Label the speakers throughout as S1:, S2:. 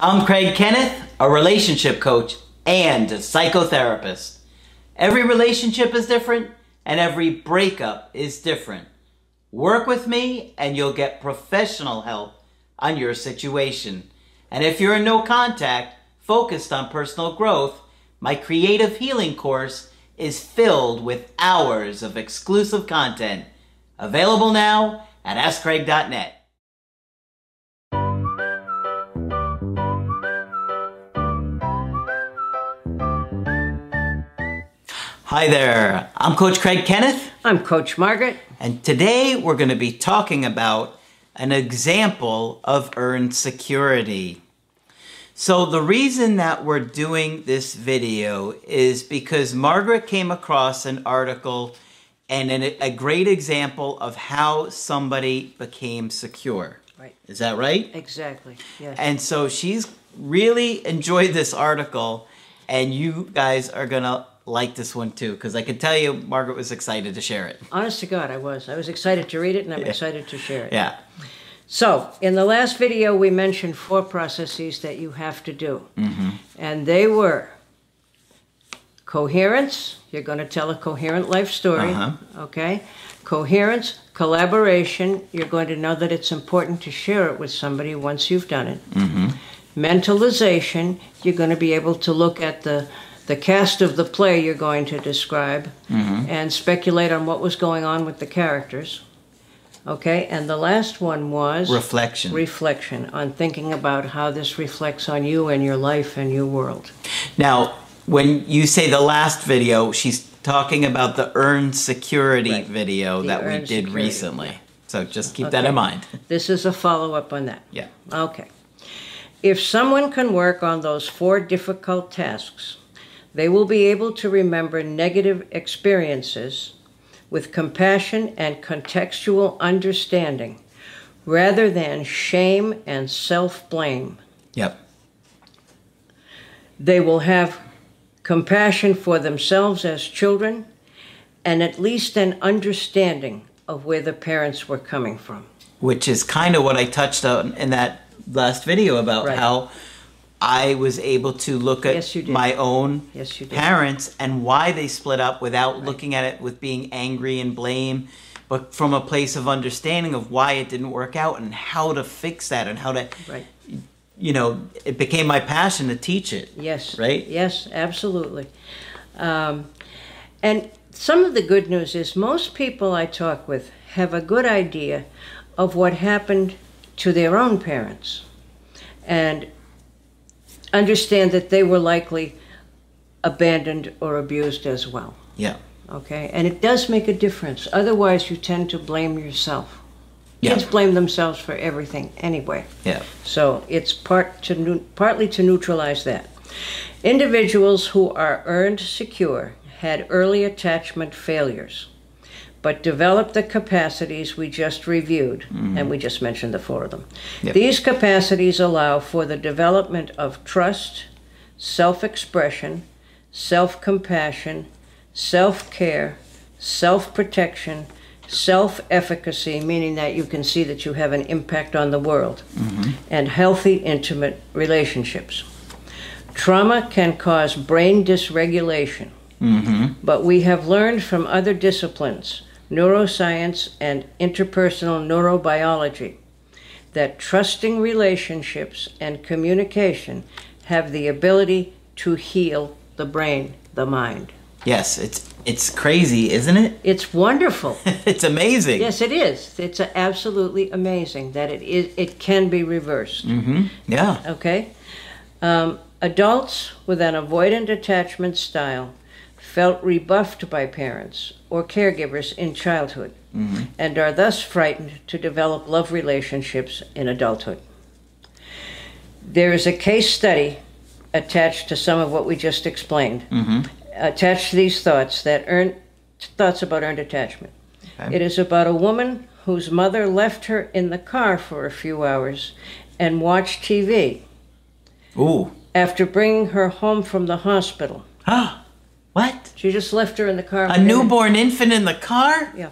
S1: I'm Craig Kenneth, a relationship coach and a psychotherapist. Every relationship is different and every breakup is different. Work with me and you'll get professional help on your situation. And if you're in no contact, focused on personal growth, my creative healing course is filled with hours of exclusive content. Available now at AskCraig.net. Hi there, I'm Coach Craig Kenneth,
S2: I'm Coach Margaret.
S1: and today we're going to be talking about an example of earned security. So, the reason that we're doing this video is because Margaret came across an article and an, a great example of how somebody became secure.
S2: Right.
S1: Is that right?
S2: Exactly. Yes.
S1: And so she's really enjoyed this article, and you guys are gonna like this one too, because I can tell you Margaret was excited to share it.
S2: Honest to God, I was. I was excited to read it and I'm excited to share it.
S1: Yeah.
S2: So, in the last video, we mentioned four processes that you have to do. And they were coherence, you're going to tell a coherent life story,
S1: Uh-huh.
S2: okay? Coherence, collaboration, you're going to know that it's important to share it with somebody once you've done it. Mentalization, you're going to be able to look at the the cast of the play you're going to describe and speculate on what was going on with the characters. Okay, and the last one was
S1: Reflection.
S2: reflection on thinking about how this reflects on you and your life and your world.
S1: now, when you say the last video, she's talking about the earned security
S2: Right.
S1: video
S2: The
S1: that we
S2: earned
S1: did
S2: security,
S1: recently. So just keep that
S2: Okay.
S1: in mind.
S2: This is a follow up on that.
S1: Yeah.
S2: Okay. If someone can work on those four difficult tasks, they will be able to remember negative experiences with compassion and contextual understanding rather than shame and self blame.
S1: Yep.
S2: They will have compassion for themselves as children and at least an understanding of where the parents were coming from.
S1: which is kind of what I touched on in that last video about
S2: Right.
S1: how I was able to look at
S2: Yes, you did.
S1: my own
S2: Yes, you did.
S1: parents and why they split up without looking at it with being angry and blame, but from a place of understanding of why it didn't work out and how to fix that and how to,
S2: Right.
S1: you know, it became my passion to teach it.
S2: Yes.
S1: Right?
S2: Yes, absolutely. Um, and some of the good news is most people I talk with have a good idea of what happened to their own parents and understand that they were likely abandoned or abused as well.
S1: Yeah.
S2: Okay, and it does make a difference. Otherwise, you tend to blame yourself.
S1: Yeah.
S2: Kids blame themselves for everything anyway.
S1: Yeah.
S2: So it's part to neu- partly to neutralize that. Individuals who are earned secure had early attachment failures, but developed the capacities we just reviewed, and we just mentioned the four of them.
S1: Mm-hmm. Yep.
S2: These capacities allow for the development of trust, self expression, self compassion, self care, self protection, self efficacy, meaning that you can see that you have an impact on the world, and healthy intimate relationships. Trauma can cause brain dysregulation, but we have learned from other disciplines, neuroscience and interpersonal neurobiology, that trusting relationships and communication have the ability to heal the brain, the mind.
S1: Yes. It's, it's crazy, isn't it?
S2: It's wonderful.
S1: it's amazing.
S2: yes, it is. It's absolutely amazing that it is. It can be reversed.
S1: Mm-hmm. Yeah.
S2: Okay? Um, adults with an avoidant attachment style felt rebuffed by parents or caregivers in childhood
S1: Mm-hmm.
S2: and are thus frightened to develop love relationships in adulthood. There is a case study attached to some of what we just explained,
S1: Mm-hmm.
S2: attached to these thoughts that earn thoughts about earned attachment.
S1: Okay.
S2: It is about a woman whose mother left her in the car for a few hours and watched TV
S1: Ooh.
S2: after bringing her home from the hospital.
S1: what?
S2: She just left her in the car.
S1: A newborn infant in the car?
S2: Yeah.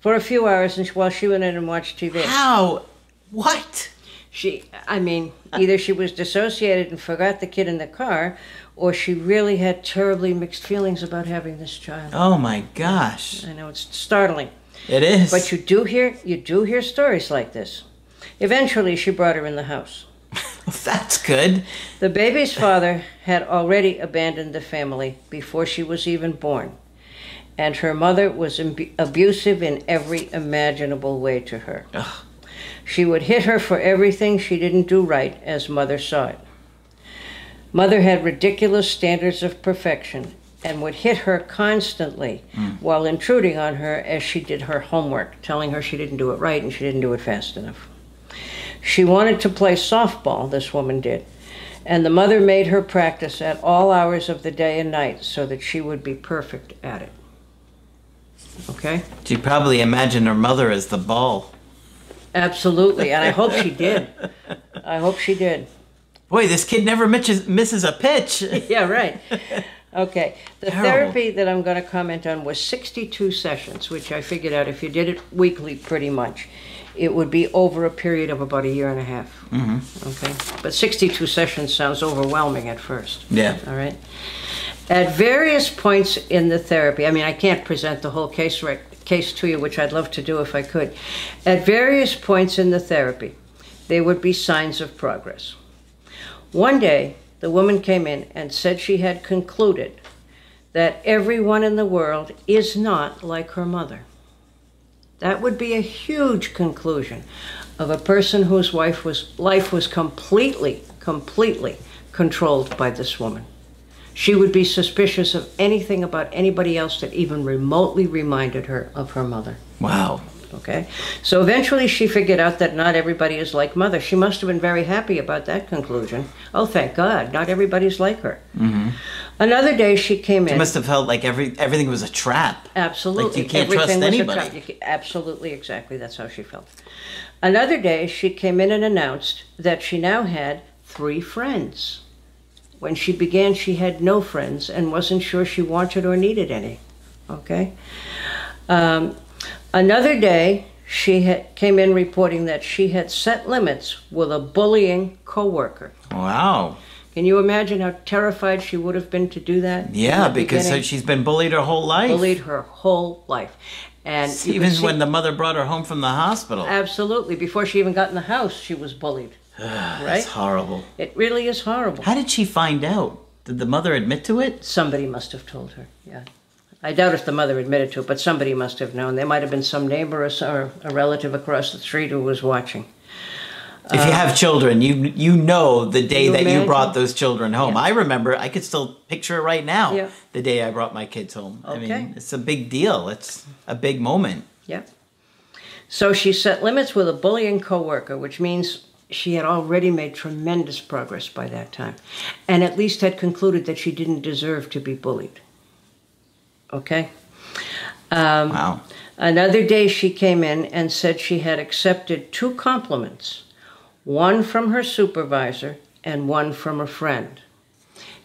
S2: For a few hours and while she went in and watched TV.
S1: How? What?
S2: She, I mean, either she was dissociated and forgot the kid in the car, or she really had terribly mixed feelings about having this child.
S1: Oh my gosh.
S2: I know it's startling,
S1: It is.
S2: but you do hear you do hear stories like this. Eventually, she brought her in the house.
S1: That's good.
S2: The baby's father had already abandoned the family before she was even born, and her mother was imbu- abusive in every imaginable way to her.
S1: Ugh.
S2: She would hit her for everything she didn't do right, as mother saw it. Mother had ridiculous standards of perfection and would hit her constantly while intruding on her as she did her homework, telling her she didn't do it right and she didn't do it fast enough. She wanted to play softball, this woman did, and the mother made her practice at all hours of the day and night so that she would be perfect at it. Okay?
S1: She probably imagined her mother as the ball.
S2: Absolutely, and I hope she did. I hope she did.
S1: Boy, this kid never mitches, misses a pitch.
S2: yeah, right. Okay. The
S1: Terrible.
S2: therapy that I'm going to comment on was 62 sessions, which I figured out if you did it weekly, pretty much, it would be over a period of about a year and a half. Mm-hmm. Okay. But 62 sessions sounds overwhelming at first.
S1: Yeah.
S2: All right. At various points in the therapy, I mean, I can't present the whole case rec- case to you, which I'd love to do if I could. At various points in the therapy, there would be signs of progress. One day, the woman came in and said she had concluded that everyone in the world is not like her mother. That would be a huge conclusion of a person whose wife was, life was completely, completely controlled by this woman. She would be suspicious of anything about anybody else that even remotely reminded her of her mother.
S1: Wow.
S2: Okay? So eventually she figured out that not everybody is like mother. She must have been very happy about that conclusion. Oh, thank God, not everybody's like her. Another day she came
S1: She
S2: in.
S1: must have felt like every everything was a trap.
S2: Absolutely.
S1: Like, you can't trust
S2: Everything was a
S1: anybody.
S2: trap. You ca- Absolutely, exactly. That's how she felt. Another day, she came in and announced that she now had three friends. When she began, she had no friends and wasn't sure she wanted or needed any. Okay? Um, another day, she had, came in reporting that she had set limits with a bullying coworker.
S1: Wow.
S2: Can you imagine how terrified she would have been to do that? in
S1: Yeah,
S2: the
S1: because
S2: beginning?
S1: she's been bullied her whole life.
S2: bullied her whole life. And Uh, you can
S1: Even
S2: see-
S1: when the mother brought her home from the hospital.
S2: absolutely before she even got in the house, she was bullied. right?
S1: Ah, That's horrible.
S2: It really is horrible.
S1: How did she find out? Did the mother admit to it?
S2: Somebody must have told her. Yeah, I doubt if the mother admitted to it, but somebody must have known. There might have been some neighbor or, so- or a relative across the street who was watching.
S1: If you have children, you you know the day
S2: Uh, you
S1: that you
S2: imagine?
S1: brought those children home. I remember. I could still picture it right now.
S2: Yeah.
S1: The day I brought my kids home. I
S2: Okay.
S1: mean, it's a big deal. It's a big moment.
S2: Yeah. So she set limits with a bullying coworker, which means she had already made tremendous progress by that time, and at least had concluded that she didn't deserve to be bullied. Okay. Um,
S1: Wow.
S2: Another day she came in and said she had accepted two compliments, one from her supervisor and one from a friend.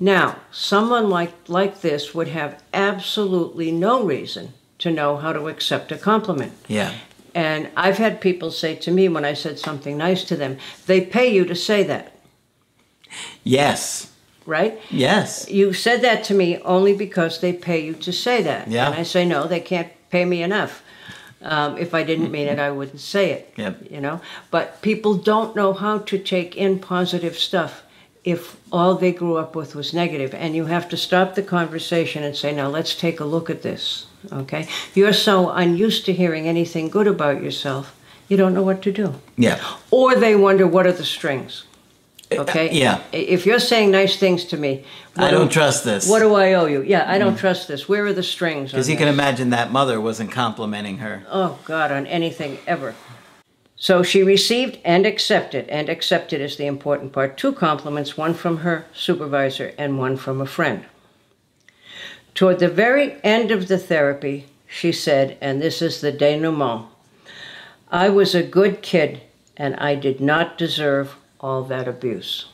S2: Now, someone like, like this would have absolutely no reason to know how to accept a compliment.
S1: Yeah.
S2: And I've had people say to me when I said something nice to them, they pay you to say that,
S1: Yes.
S2: right?
S1: Yes.
S2: You said that to me only because they pay you to say that.
S1: Yeah.
S2: And I say, no, they can't pay me enough. Um, if I didn't mean it, I wouldn't say it.
S1: Yep.
S2: You know, but people don't know how to take in positive stuff if all they grew up with was negative, and you have to stop the conversation and say, now let's take a look at this. Okay, you're so unused to hearing anything good about yourself, you don't know what to do,
S1: Yeah.
S2: or they wonder what are the strings. Okay.
S1: Eh, Uh, Yeah.
S2: I- If you're saying nice things to me,
S1: I
S2: what
S1: don't
S2: do-
S1: trust this. Mm.
S2: What do I owe you? Yeah, I don't trust this. Where are the strings?
S1: Because
S2: on
S1: you can
S2: this?
S1: imagine that mother wasn't complimenting her.
S2: Oh God, on anything ever. So she received and accepted, and accepted is the important part. Two compliments, one from her supervisor and one from a friend. Toward the very end of the therapy, she said, and this is the denouement I was a good kid, and I did not deserve all that abuse.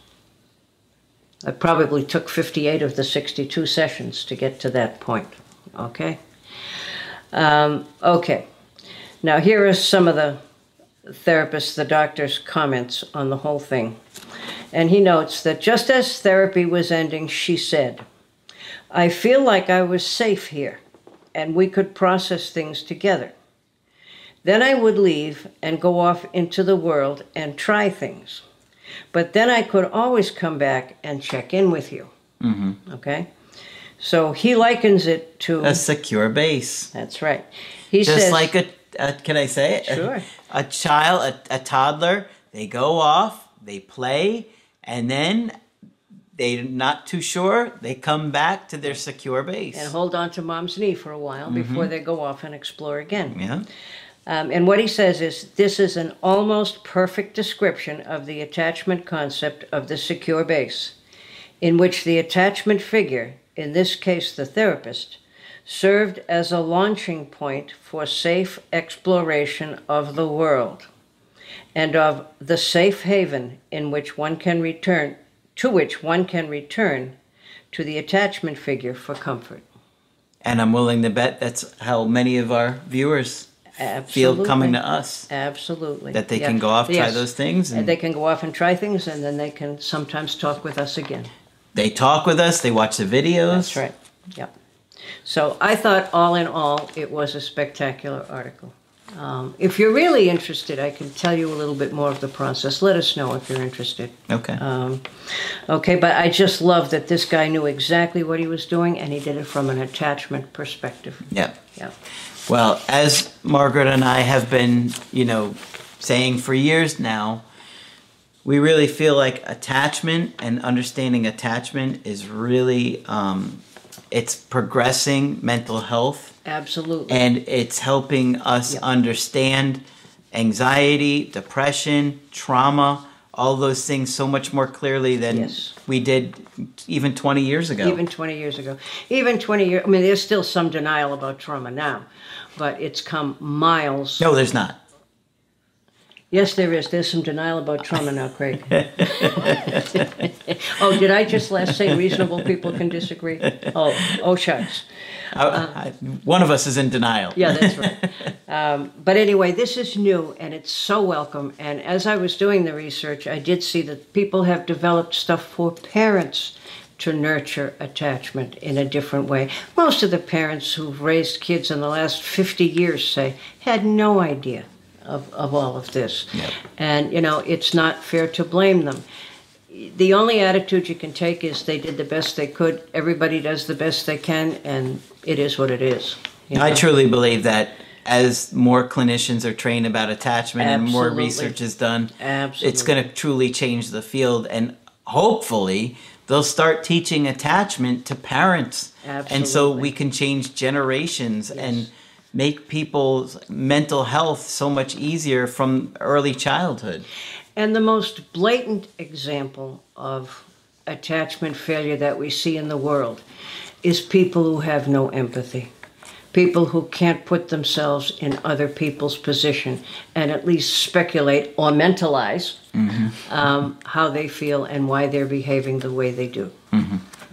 S2: I probably took 58 of the 62 sessions to get to that point. Okay? Um, okay. Now, here are some of the therapist, the doctor's comments on the whole thing. And he notes that just as therapy was ending, she said, I feel like I was safe here and we could process things together. Then I would leave and go off into the world and try things. But then I could always come back and check in with you. Mm-hmm. Okay? So he likens it to.
S1: A secure base.
S2: that's right. He
S1: Just
S2: says,
S1: like a, a, can I say it?
S2: Sure.
S1: A child, a, a toddler, they go off, they play, and then they're not too sure, they come back to their secure base.
S2: and hold on to mom's knee for a while
S1: Mm-hmm.
S2: before they go off and explore again.
S1: yeah.
S2: Um, and what he says is this is an almost perfect description of the attachment concept of the secure base, in which the attachment figure, in this case the therapist, served as a launching point for safe exploration of the world and of the safe haven in which one can return to which one can return to the attachment figure for comfort.
S1: And I'm willing to bet that's how many of our viewers
S2: Absolutely.
S1: feel coming to us
S2: Absolutely.
S1: that they
S2: Yeah.
S1: can go off, try
S2: Yes.
S1: those things,
S2: And
S1: and
S2: they
S1: they,
S2: can go off and try things, and then they can sometimes talk with us again.
S1: talk with us, they watch the videos.
S2: That's right. Yep. So I thought, all in all, it was a spectacular article. Um, if you're really interested, I can tell you a little bit more of the process. Let us know if you're interested.
S1: Okay.
S2: Um, okay, but I just love that this guy knew exactly what he was doing, and he did it from an attachment perspective.
S1: yeah.
S2: Yeah.
S1: Well, as Margaret and I have been, you know, saying for years now, we really feel like attachment and understanding attachment is really um, it's progressing mental health
S2: Absolutely.
S1: and it's helping us understand anxiety, depression, trauma, all those things so much more clearly than
S2: Yes.
S1: we did even 20 years ago.
S2: even 20 years ago even 20 years i mean there's still some denial about trauma now but it's come miles
S1: no, there's not.
S2: yes there is there's some denial about trauma now craig oh did i just last say reasonable people can disagree oh oh shucks
S1: I- I- one of us is in denial.
S2: Uh-huh. yeah that's right um, but anyway this is new and it's so welcome and as i was doing the research i did see that people have developed stuff for parents to nurture attachment in a different way most of the parents who've raised kids in the last 50 years say had no idea of, of all of this
S1: Yep.
S2: and you know it's not fair to blame them the only attitude you can take is they did the best they could everybody does the best they can and it is what it is you
S1: I
S2: know?
S1: truly believe that as more clinicians are trained about attachment and more
S2: Absolutely.
S1: research is done,
S2: Absolutely.
S1: it's going to truly change the field. And hopefully, they'll start teaching attachment to parents. And so
S2: Absolutely.
S1: we can change generations
S2: Yes.
S1: and make people's mental health so much easier from early childhood.
S2: And the most blatant example of attachment failure that we see in the world is people who have no empathy, people who can't put themselves in other people's position and at least speculate or mentalize um, how they feel and why they're behaving the way they do.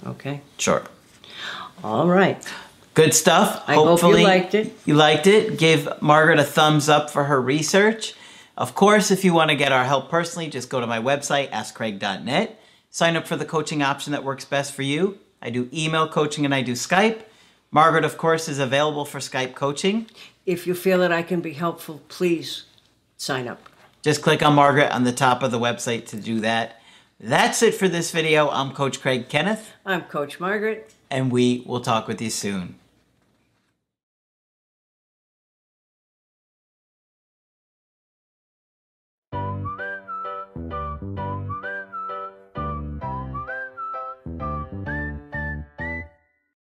S2: Okay?
S1: Sure.
S2: All right.
S1: Good stuff.
S2: I hope you liked it.
S1: You liked it. Give Margaret a thumbs up for her research. Of course, if you want to get our help personally, just go to my website, askcraig.net. Sign up for the coaching option that works best for you. I do email coaching and I do Skype. Margaret, of course, is available for Skype coaching.
S2: If you feel that I can be helpful, please sign up.
S1: Just click on Margaret on the top of the website to do that. That's it for this video. I'm Coach Craig Kenneth,
S2: I'm Coach Margaret.
S1: and we will talk with you soon.